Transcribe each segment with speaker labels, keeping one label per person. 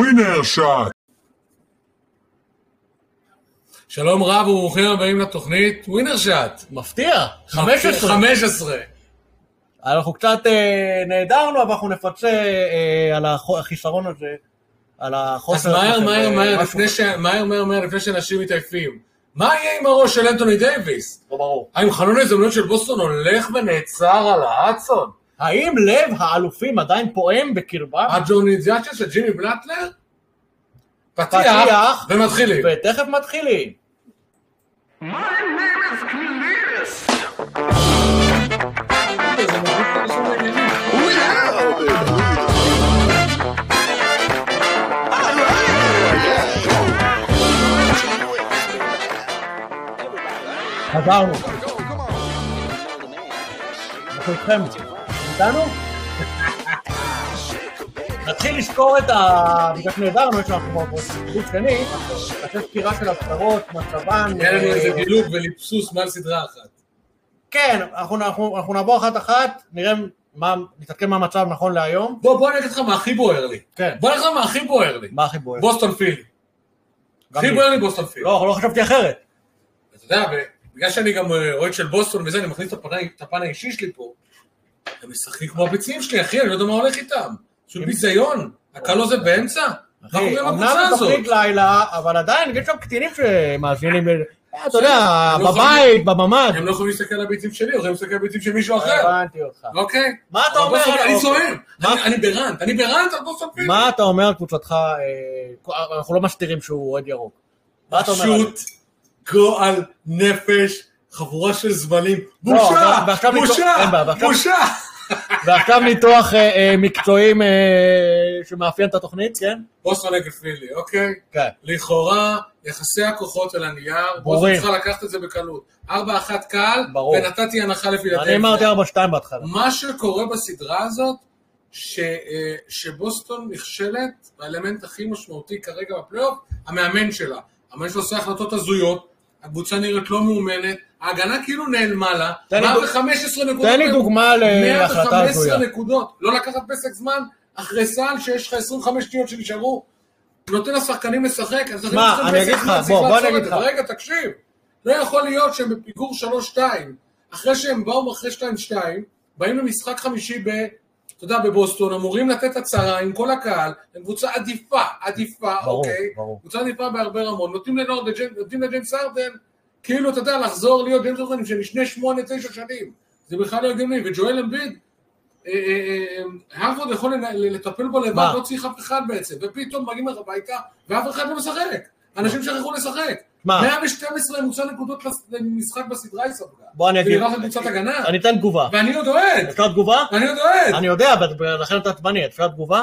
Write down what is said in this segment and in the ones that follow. Speaker 1: משט.
Speaker 2: שלום רב וברוכים הבאים לתוכנית ווינר שאט.
Speaker 3: מפתיע, 15.
Speaker 2: 15.
Speaker 3: אנחנו קצת אה, נעדרנו, אבל אנחנו נפצה אה, על החו- החיסרון הזה, על
Speaker 2: אז
Speaker 3: החוסר. הזה
Speaker 2: מהר,
Speaker 3: של,
Speaker 2: מהר,
Speaker 3: אה,
Speaker 2: מהר,
Speaker 3: משהו-
Speaker 2: לפני ש... מהר, מהר, מהר, לפני שאנשים מתעייפים. מה יהיה עם הראש של אנטוני דייוויס?
Speaker 3: לא ברור.
Speaker 2: האם חלון ההזדמנויות של בוסטון הולך ונעצר על ההדסון?
Speaker 3: האם לב האלופים עדיין פועם בקרבם?
Speaker 2: אה. הג'ורניזציה של ג'ימי בלטלר? פתיח,
Speaker 3: פתיח.
Speaker 2: ומתחילים.
Speaker 3: ותכף מתחילים. חזרנו. אנחנו איתכם. איתנו? נתחיל לסקור את ה... בגלל שנעזרנו, יש לנו פה סיבוב שני, לתת סקירה של הסדרות, מצבן.
Speaker 2: יהיה לנו
Speaker 3: אה,
Speaker 2: איזה דילוג וליפסוס מעל סדרה אחת.
Speaker 3: כן, אנחנו- אנחנו אנחנו נעבור אחת-אחת, נראה מה, נתעדכן מה המצב נכון להיום.
Speaker 2: בוא, בוא אני אגיד לך מה הכי בוער לי.
Speaker 3: כן.
Speaker 2: בוא אני אגיד לך מה הכי בוער לי.
Speaker 3: מה הכי בוער?
Speaker 2: בוסטון פיל.
Speaker 3: גם
Speaker 2: הכי
Speaker 3: לי.
Speaker 2: בוער לי בוסטון פיל.
Speaker 3: לא, לא חשבתי אחרת.
Speaker 2: אתה יודע, בגלל שאני גם אה, אוהד של בוסטון וזה, אני מכניס את הפן- את הפן האישי שלי פה. הם משחקים כמו הביצים שלי, אחי, אני לא יודע מה הולך איתם. פשוט ביזיון. הקל לא זה באמצע. מה קורה עם
Speaker 3: כן. אמנם
Speaker 2: הקבוצה
Speaker 3: זו
Speaker 2: הזאת?
Speaker 3: תוכנית לילה, אבל עדיין יש שם קטינים שמאזינים ל... אתה יודע,
Speaker 2: לא
Speaker 3: בבית, בממ"ד.
Speaker 2: הם לא יכולים להסתכל על הביצים שלי, הם יכולים להסתכל על הביצים של מישהו אחר.
Speaker 3: הבנתי אותך.
Speaker 2: אוקיי?
Speaker 3: אה, מה אתה
Speaker 2: אבל
Speaker 3: אומר
Speaker 2: בוסטון-
Speaker 3: על-
Speaker 2: אני
Speaker 3: אוקיי.
Speaker 2: זוהם.
Speaker 3: מה-
Speaker 2: אני- אני ברנט. אני ברנט על בוסטון פיל.
Speaker 3: מה אתה אומר על קבוצתך, אה, אנחנו לא מסתירים שהוא אוהד ירוק. מה אתה אומר? על זה?
Speaker 2: פשוט גועל נפש, חבורה של זמנים.
Speaker 3: לא,
Speaker 2: בושה!
Speaker 3: אבל- ועכשיו נבדוק-
Speaker 2: בושה!
Speaker 3: אין בעיה, ועכשיו-
Speaker 2: בושה!
Speaker 3: ועכשיו ניתוח אה, אה, מקצועים אה, שמאפיין את התוכנית, כן?
Speaker 2: בוסטון נגד פילי, אוקיי?
Speaker 3: כן.
Speaker 2: לכאורה, יחסי הכוחות על הנייר, בוסטון
Speaker 3: ברורים.
Speaker 2: צריכה לקחת את זה בקלות. 4-1 קל,
Speaker 3: ברור.
Speaker 2: ונתתי הנחה
Speaker 3: אני אמרתי
Speaker 2: לפילדלפיה.
Speaker 3: 4-2 בהתחלה.
Speaker 2: מה שקורה בסדרה הזאת, ש, אה, שבוסטון נכשלת באלמנט הכי משמעותי כרגע בפלייאוף, המאמן שלה. המאמן שלה עושה החלטות הזויות, הקבוצה נראית לא מאומנת, ההגנה כאילו נעלמה לה,
Speaker 3: תן לי דוג-
Speaker 2: 115 נקודות.
Speaker 3: תן לי דוגמה להחלטה
Speaker 2: 115
Speaker 3: הזויה.
Speaker 2: נקודות, לא לקחת פסק זמן, אחרי סל שיש לך 25 שניות שנשארו, נותן לשחקנים לשחק, אז
Speaker 3: מה,
Speaker 2: צריכים
Speaker 3: אני
Speaker 2: פסק
Speaker 3: אגיד לך,
Speaker 2: זמן, צריך
Speaker 3: בוא, בוא
Speaker 2: לעצור
Speaker 3: אני
Speaker 2: את
Speaker 3: אגיד
Speaker 2: זה.
Speaker 3: לך.
Speaker 2: רגע, תקשיב, לא יכול להיות שהם בפיגור 3-2, אחרי שהם באו אחרי 2-2, באים למשחק חמישי ב... אתה יודע, בבוסטון, אמורים לתת הצהרה עם כל הקהל, הם קבוצה עדיפה, עדיפה,
Speaker 3: ברור,
Speaker 2: אוקיי?
Speaker 3: ברור.
Speaker 2: קבוצה עדיפה בהרבה רמות, נותנים לנורד, נותנים לג'יימס ארדן, כאילו, אתה יודע, לחזור להיות ג'יימס ארדן של לפני שמונה, תשע שנים, זה בכלל לא הגיוני, וג'ואל אמביד, אה, אה, אה, אה, הרווד יכול לנ- לטפל בו לבד,
Speaker 3: מה?
Speaker 2: לא צריך אף אחד בעצם, ופתאום מגיעים לך הביתה, ואף אחד לא משחק, אנשים שכחו לשחק.
Speaker 3: מה?
Speaker 2: 112 ממוצע נקודות לס- למשחק בסדרה לא היא ספגה.
Speaker 3: בוא אני אגיד.
Speaker 2: והיא הלכה לקבוצת הגנה,
Speaker 3: אני אתן תגובה.
Speaker 2: ואני עוד אוהד,
Speaker 3: אפשר תגובה?
Speaker 2: ואני עוד אוהד.
Speaker 3: אני יודע, אבל לכן אתה עצבני, אפשר תגובה?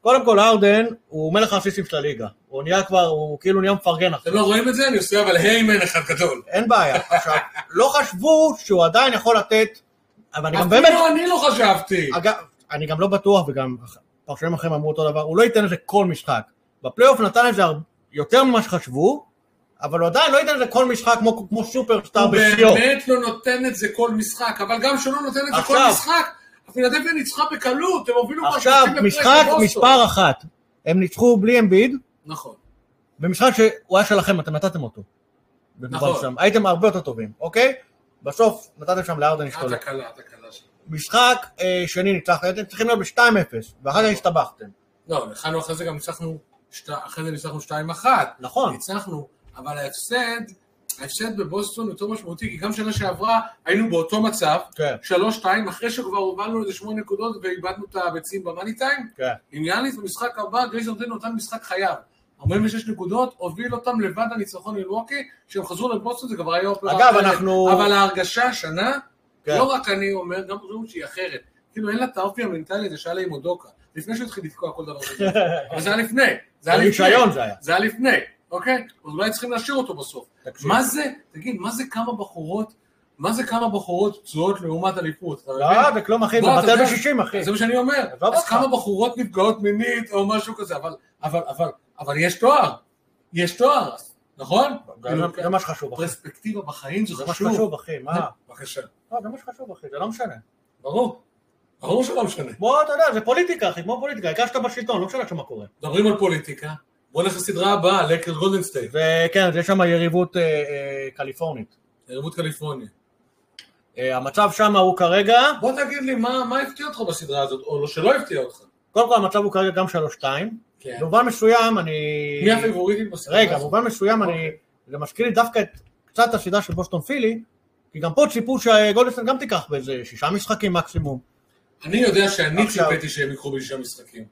Speaker 3: קודם כל, ארדן הוא מלך האסיסטים של הליגה. הוא נהיה כבר, הוא כאילו נהיה מפרגן עכשיו.
Speaker 2: אתם לא רואים את זה? אני עושה אבל היימן אחד גדול.
Speaker 3: אין בעיה. עכשיו, לא חשבו שהוא עדיין יכול לתת, אבל אני גם באמת...
Speaker 2: אפילו אני לא חשבתי.
Speaker 3: אגב, אני גם לא בטוח, וגם פרשנים אחרים אמרו אותו דבר, הוא לא ייתן לזה כל משחק. בפלייאוף נתן לזה הר- יותר ממה שחשבו, אבל הוא עדיין לא ייתן לזה כל משחק כמו, כמו סופרסטאר
Speaker 2: הוא
Speaker 3: בשיאו.
Speaker 2: באמת לא נותן את זה כל משחק, אבל גם כשהוא לא נותן את זה כל
Speaker 3: עכשיו.
Speaker 2: משחק, הפילדלפיה ניצחה בקלות, הם הובילו כבר
Speaker 3: עכשיו,
Speaker 2: 30 הפרש
Speaker 3: משחק
Speaker 2: לבוסטון.
Speaker 3: מספר אחת. הם ניצחו בלי אמביד,
Speaker 2: נכון.
Speaker 3: במשחק שהוא היה שלכם, אתם נתתם אותו.
Speaker 2: נכון.
Speaker 3: נכון. שם. הייתם הרבה יותר טובים, אוקיי? בסוף נתתם שם לארדן
Speaker 2: את
Speaker 3: להשתולל.
Speaker 2: הקלה, את הקלה שלי.
Speaker 3: משחק אה, שני ניצחתם, הייתם צריכים להיות ב-2-0, ואחר כך הסתבכתם.
Speaker 2: לא, נכנסנו אחרי זה גם ניצחנו, שת- אחרי זה ניצחנו 2-1.
Speaker 3: נכון.
Speaker 2: ניצחנו, אבל ההפסד, ההפסד בבוסטון יותר משמעותי, כי גם שנה שעברה היינו באותו מצב,
Speaker 3: כן.
Speaker 2: 3-2, אחרי שכבר הובלנו איזה 8 נקודות ואיבדנו את הביצים במאני טיים,
Speaker 3: כן.
Speaker 2: עם יאניס במשחק הבא, גרייס נותן אותם משחק חייו. 46 נקודות, הוביל אותם לבד לניצחון מלווקי, כשהם חזרו לבוסטון זה כבר היה אופרה
Speaker 3: אגב,
Speaker 2: אחרת.
Speaker 3: אנחנו-
Speaker 2: אבל ההרגשה השנה,
Speaker 3: כן.
Speaker 2: לא רק אני אומר, גם אומרים שהיא אחרת. כאילו אין לה את האופי המנטלי הזה שהיה לה עם אודוקה. לפני שהוא התחיל לתקוע כל דבר כזה. אבל זה היה לפני. זה היה לפני.
Speaker 3: רישיון זה היה.
Speaker 2: זה היה לפני, אוקיי? אז אולי צריכים להשאיר אותו בסוף.
Speaker 3: תקשיב.
Speaker 2: מה זה, תגיד, מה זה כמה בחורות, מה זה כמה בחורות פצועות לעומת אליפות? אתה מבין?
Speaker 3: לא, זה כלום אחי, זה
Speaker 2: בוא, אתה
Speaker 3: בטל
Speaker 2: יודע,
Speaker 3: בשישים אחי.
Speaker 2: זה מה שאני אומר.
Speaker 3: עזוב
Speaker 2: אז
Speaker 3: אותך.
Speaker 2: כמה בחורות נפגעות מינית או משהו כזה, אבל, אבל, אבל, אבל יש תואר. יש תואר, נכון? כאילו,
Speaker 3: זה- זה מה שחשוב אחי.
Speaker 2: פרספקטיבה בחיים זה
Speaker 3: זה מה
Speaker 2: חשוב.
Speaker 3: שחשוב אחי, מה?
Speaker 2: בבקשה.
Speaker 3: לא, זה מה שחשוב אחי, זה לא משנה.
Speaker 2: ברור. ברור שלא משנה.
Speaker 3: בוא, אתה יודע, זה פוליטיקה, אחי, כמו פוליטיקה, העיקר שאתה בשלטון, לא משנה עכשיו מה קורה.
Speaker 2: מדברים על פוליטיקה, בוא נלך לסדרה הבאה, לקר גולדנסטייט,
Speaker 3: וכן, יש שם יריבות אה, אה, קליפורנית.
Speaker 2: יריבות קליפורניה.
Speaker 3: אה, המצב שם הוא כרגע,
Speaker 2: בוא תגיד לי מה, מה הפתיע אותך בסדרה הזאת, או לא שלא הפתיע אותך.
Speaker 3: קודם כל המצב הוא כרגע גם 3-2.
Speaker 2: כן.
Speaker 3: במובן מסוים אני...
Speaker 2: מי הפייבוריטית בסדרה
Speaker 3: רגע,
Speaker 2: הזאת?
Speaker 3: במובן מסוים אני... זה מזכיר לי דווקא את קצת את הסדרה של בוסטון פילי, כי גם פה ציפו שגולדסטיין גם תיקח באיזה שישה משחקים מקסימום.
Speaker 2: אני יודע שאני
Speaker 3: עכשיו.
Speaker 2: ציפיתי שהם יקחו בשישה משחקים.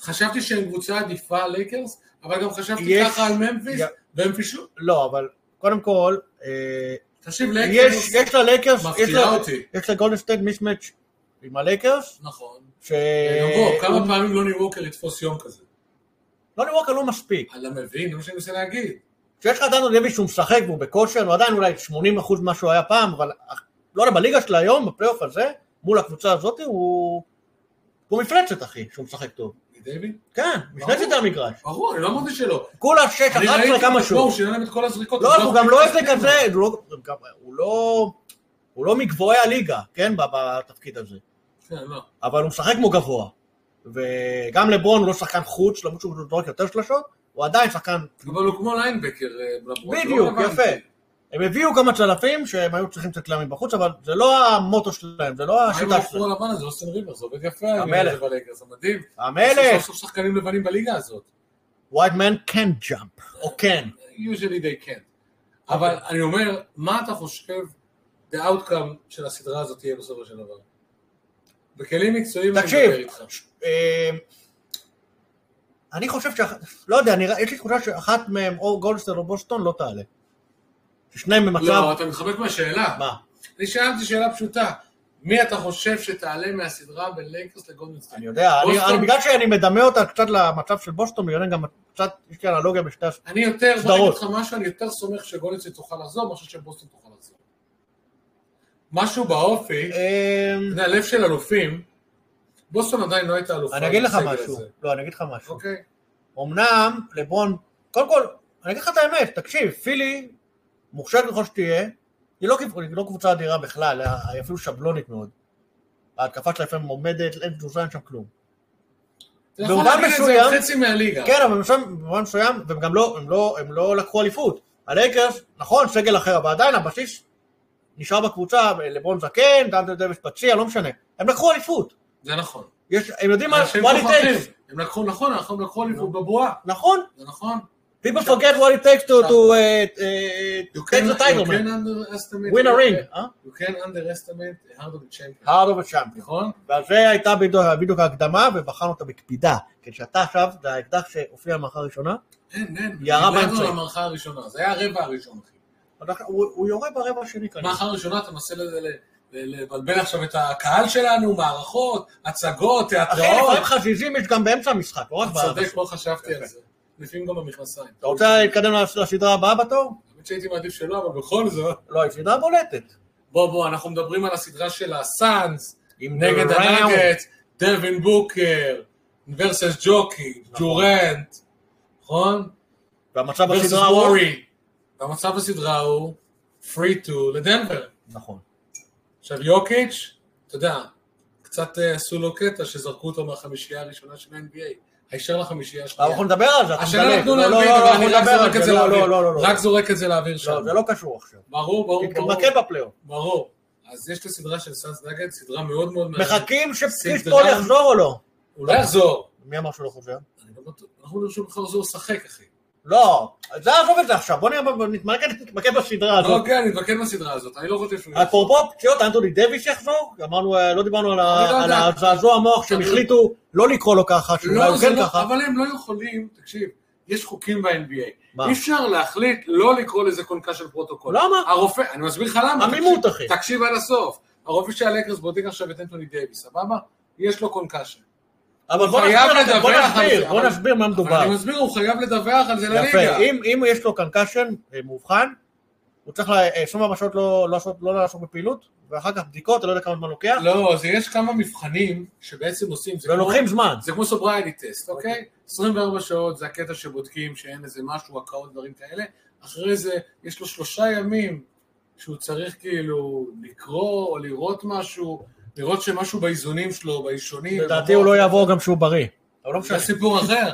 Speaker 2: חשבתי שהם קבוצה עדיפה לייקרס, אבל גם חשבתי
Speaker 3: יש-
Speaker 2: ככה על ממפיס,
Speaker 3: יא-
Speaker 2: ומפיס שוב.
Speaker 3: לא, אבל קודם כל, אה,
Speaker 2: תקשיב, לייקרס,
Speaker 3: יש יש ללייקרס, יש
Speaker 2: מפתיעה
Speaker 3: ל-
Speaker 2: אותי.
Speaker 3: יש לגולדסטיין מיסמץ' עם הלייקרס,
Speaker 2: נכון.
Speaker 3: ש...
Speaker 2: גם בוא, כמה פעמים לא לוני ווקר יתפוס יום כזה?
Speaker 3: לוני ווקר לא מספיק.
Speaker 2: אתה מבין, זה מה שאני מנסה להגיד.
Speaker 3: כשיש לך דנו דבי שהוא משחק והוא בכושר, הוא עדיין אולי 80% ממה שהוא היה פעם, אבל לא יודע, בליגה של היום, בפלייאוף הזה, מול הקבוצה הזאת, הוא... הוא מפלצת, אחי, שהוא משחק טוב.
Speaker 2: דייוויד?
Speaker 3: כן, מפלצת המגרש.
Speaker 2: ברור, אני לא אמרתי שלא.
Speaker 3: כולה 6,
Speaker 2: אני
Speaker 3: 11
Speaker 2: ראיתי
Speaker 3: כמה
Speaker 2: את עצמו, הוא
Speaker 3: שהוא.
Speaker 2: שינה להם את כל הזריקות. אז
Speaker 3: לא, הוא גם לא איזה
Speaker 2: מסתכל.
Speaker 3: כזה, הוא לא- הוא גם- הוא לא... הוא לא מגבוהי הליגה, כן, ב- בתפקיד הזה.
Speaker 2: כן, לא.
Speaker 3: אבל הוא משחק כמו גבוה. וגם לברון הוא לא שחקן חוץ, למרות שהוא זורק יותר שלשות, הוא עדיין שחקן...
Speaker 2: אבל הוא כמו ליינבקר. אה, לברון, לא
Speaker 3: בדיוק,
Speaker 2: הבנתי.
Speaker 3: יפה. הם הביאו כמה צלפים שהם היו צריכים קצת להם מבחוץ, אבל זה לא המוטו שלהם, זה לא
Speaker 2: מה עם
Speaker 3: השיטה
Speaker 2: הבחור
Speaker 3: שלהם.
Speaker 2: הלבן הזה, אוסטן ריבר, זה עובד יפה. העניין
Speaker 3: המלך.
Speaker 2: הזה בלייקרס, זה מדהים. יש סוף
Speaker 3: המלך,
Speaker 2: סוף שחקנים לבנים בליגה הזאת.
Speaker 3: white man can jump, או כן.
Speaker 2: usually they can. אבל
Speaker 3: אוקיי.
Speaker 2: אני אומר, מה אתה חושב, the outcome של הסדרה הזאת יהיה בסופו של דבר? בכלים מקצועיים אני
Speaker 3: תקשיב,
Speaker 2: מדבר איתך.
Speaker 3: אה, אני חושב שאחת, לא יודע, אני, יש לי תחושה שאחת מהם, או גולדסטר או בוסטון, לא תעלה. ששניהם במצב,
Speaker 2: לא, אתה מתחמק מהשאלה.
Speaker 3: מה?
Speaker 2: אני שאלתי שאלה פשוטה. מי אתה חושב שתעלה מהסדרה בין לייקרס
Speaker 3: אני
Speaker 2: לגולדנסטיין?
Speaker 3: יודע, אני-
Speaker 2: בוסטון-
Speaker 3: אני- בגלל שאני מדמה אותה קצת למצב של בוסטון, בגלל זה גם קצת, יש לי אנלוגיה בשתי הס...
Speaker 2: אני יותר, בוא
Speaker 3: סדרות.
Speaker 2: נגיד לך משהו, אני יותר סומך שגולדנסטיין תוכל לחזור, מאשר שבוסטון תוכל לחזור. משהו באופי,
Speaker 3: אה,
Speaker 2: אתה יודע, לב של אלופים, בוסטון עדיין לא הייתה אלופה.
Speaker 3: אני אגיד לך
Speaker 2: בסגל
Speaker 3: משהו,
Speaker 2: הזה.
Speaker 3: לא, אני אגיד לך משהו.
Speaker 2: אוקיי.
Speaker 3: אמנם לברון, קודם כל, אני אגיד לך את האמת, תקשיב, פילי, מוכשרת ככל שתהיה, היא לא, כיפ- היא לא קבוצה אדירה בכלל, היא אפילו שבלונית מאוד. ההתקפה שלה לפעמים עומדת, אין תזוזה, אין שם כלום.
Speaker 2: אתה יכול
Speaker 3: במובן
Speaker 2: להגיד את זה
Speaker 3: מסוים-
Speaker 2: על חצי מהליגה.
Speaker 3: כן, אבל במובן- במובן מסוים, והם גם לא, הם לא, הם לא לקחו אליפות. הלייקרס, נכון, סגל אחר, אבל עדיין הבסיס נשאר בקבוצה, לברון זקן, דנדל דוויס פציע, לא משנה. הם לקחו אליפות.
Speaker 2: זה נכון.
Speaker 3: יש, הם יודעים מה,
Speaker 2: אנשים
Speaker 3: what it takes.
Speaker 2: שוכחים. הם לקחו, נכון, אנחנו לקחו אליפות בבועה.
Speaker 3: נכון,
Speaker 2: זה נכון.
Speaker 3: people forget what it takes to, to uh, uh,
Speaker 2: You
Speaker 3: take
Speaker 2: can-
Speaker 3: the title,
Speaker 2: you can
Speaker 3: man.
Speaker 2: underestimate-
Speaker 3: win a ring. אה?
Speaker 2: You can underestimate the heart of the champion.
Speaker 3: hard of a champion.
Speaker 2: נכון?
Speaker 3: ועל זה הייתה בדיוק- בדיוק ההקדמה, ובחרנו אותה בקפידה. כי שאתה עכשיו, זה האקדח שהופיע במערכה הראשונה,
Speaker 2: אין, אין.
Speaker 3: ירה
Speaker 2: הגענו
Speaker 3: באמצע.
Speaker 2: למערכה הראשונה. זה היה הרבע הראשון, אחי.
Speaker 3: אבל אנחנו- הוא הוא יורה ברבע השני כנראה.
Speaker 2: במערכה הראשונה אתה מנסה ל- ל- ל- לבלבל עכשיו את הקהל שלנו, מערכות, הצגות,
Speaker 3: אחי,
Speaker 2: תיאטראות.
Speaker 3: לפעמים חזיזים יש גם באמצע המשחק, לא רק
Speaker 2: אתה
Speaker 3: ברבע.
Speaker 2: לא. צודק, לא חשבתי על זה. לפעמים גם במכנסיים.
Speaker 3: אתה רוצה להתקדם לס- לסדרה הבאה בתור?
Speaker 2: האמת שהייתי מעדיף שלא, אבל בכל זאת.
Speaker 3: לא, היא סדרה בולטת.
Speaker 2: בוא, בוא, אנחנו מדברים על הסדרה של הסאנס,
Speaker 3: עם
Speaker 2: נגד
Speaker 3: דראונט.
Speaker 2: הנגט, דווין בוקר, ורסס ג'וקי, ג'ורנט, נכון?
Speaker 3: והמצב
Speaker 2: ורסס
Speaker 3: בסדרה הוא...
Speaker 2: וורי. והמצב בסדרה הוא פרי טו לדנבר.
Speaker 3: נכון.
Speaker 2: עכשיו יוקיץ', אתה יודע, קצת אה, עשו לו קטע שזרקו אותו מהחמישייה הראשונה של ה-NBA, הישר לחמישייה
Speaker 3: אבל
Speaker 2: השנייה.
Speaker 3: אנחנו נדבר על זה, אתה
Speaker 2: השאלה
Speaker 3: מדלג.
Speaker 2: נתנו
Speaker 3: לא, לא,
Speaker 2: להם
Speaker 3: לא,
Speaker 2: אבל
Speaker 3: אנחנו
Speaker 2: אני רק
Speaker 3: נדבר על
Speaker 2: זורק את זה
Speaker 3: זה. לא,
Speaker 2: לאוויר.
Speaker 3: לא, לא, לא.
Speaker 2: רק זורק את זה אוקיי, לאוויר שם.
Speaker 3: לא, זה לא קשור עכשיו.
Speaker 2: ברור, ברור, ברור.
Speaker 3: תתמקד בפלייאוף.
Speaker 2: ברור. אז יש את הסדרה של סאנס נגד, סדרה מאוד מאוד מעניינת.
Speaker 3: מחכים
Speaker 2: סדרה-
Speaker 3: שפריסטול יחזור או לא?
Speaker 2: הוא לא יחזור.
Speaker 3: מי אמר שהוא לא חוזר?
Speaker 2: אני לא בטוח, אנחנו נרשום לך לחזור לשחק, אחי.
Speaker 3: לא, אז זה עזוב את זה עכשיו, בוא נראה, בוא נתמקד נתמקד בסדרה הזאת.
Speaker 2: אוקיי, אני מבקר בסדרה הזאת, אני לא חושב שהוא...
Speaker 3: אפרופו פציעות, אנטוני דוויס יחזור? אמרנו, אה, לא דיברנו על ה-
Speaker 2: אני לא
Speaker 3: על
Speaker 2: יודע.
Speaker 3: הזעזוע המוח שהם
Speaker 2: אני-
Speaker 3: החליטו לא לקרוא לו ככה, שאולי
Speaker 2: לא,
Speaker 3: הוא
Speaker 2: זה
Speaker 3: כן
Speaker 2: לא,
Speaker 3: ככה.
Speaker 2: אבל הם לא יכולים, תקשיב, יש חוקים ב-NBA.
Speaker 3: מה?
Speaker 2: אי אפשר להחליט לא לקרוא לזה קונקה של פרוטוקול.
Speaker 3: למה?
Speaker 2: הרופא, אני מסביר לך למה.
Speaker 3: עמימות,
Speaker 2: תקשיב-
Speaker 3: אחי.
Speaker 2: תקשיב עד הסוף. הרופא של הלקרס בודק עכשיו את אנטוני דייוויס, סבבה? יש לו קונקשן.
Speaker 3: אבל בוא
Speaker 2: חייב
Speaker 3: נסביר, בוא
Speaker 2: לדווח על
Speaker 3: נסביר,
Speaker 2: זה,
Speaker 3: בוא
Speaker 2: אבל-
Speaker 3: נסביר מה
Speaker 2: אבל
Speaker 3: מדובר.
Speaker 2: אני מסביר, הוא חייב לדווח על זה לליגה.
Speaker 3: יפה, אם, אם יש לו קנקשן אה, מאובחן, הוא צריך ל- אה, 24 שעות לא, לא, לעשות- לא לעשות בפעילות, ואחר כך בדיקות, אני לא יודע כמה זמן לוקח,
Speaker 2: לא, זה יש כמה מבחנים שבעצם עושים. זה כמו-
Speaker 3: ולוקחים זמן.
Speaker 2: זה כמו סובריילי טסט, אוקיי? 24 שעות זה הקטע שבודקים שאין איזה משהו, הקאות, דברים כאלה. אחרי זה יש לו שלושה ימים שהוא צריך כאילו לקרוא או לראות משהו, לראות שמשהו באיזונים שלו, באישונים...
Speaker 3: לדעתי הוא לא יעבור גם כשהוא בריא. אבל לא
Speaker 2: זה
Speaker 3: משנה.
Speaker 2: סיפור אחר.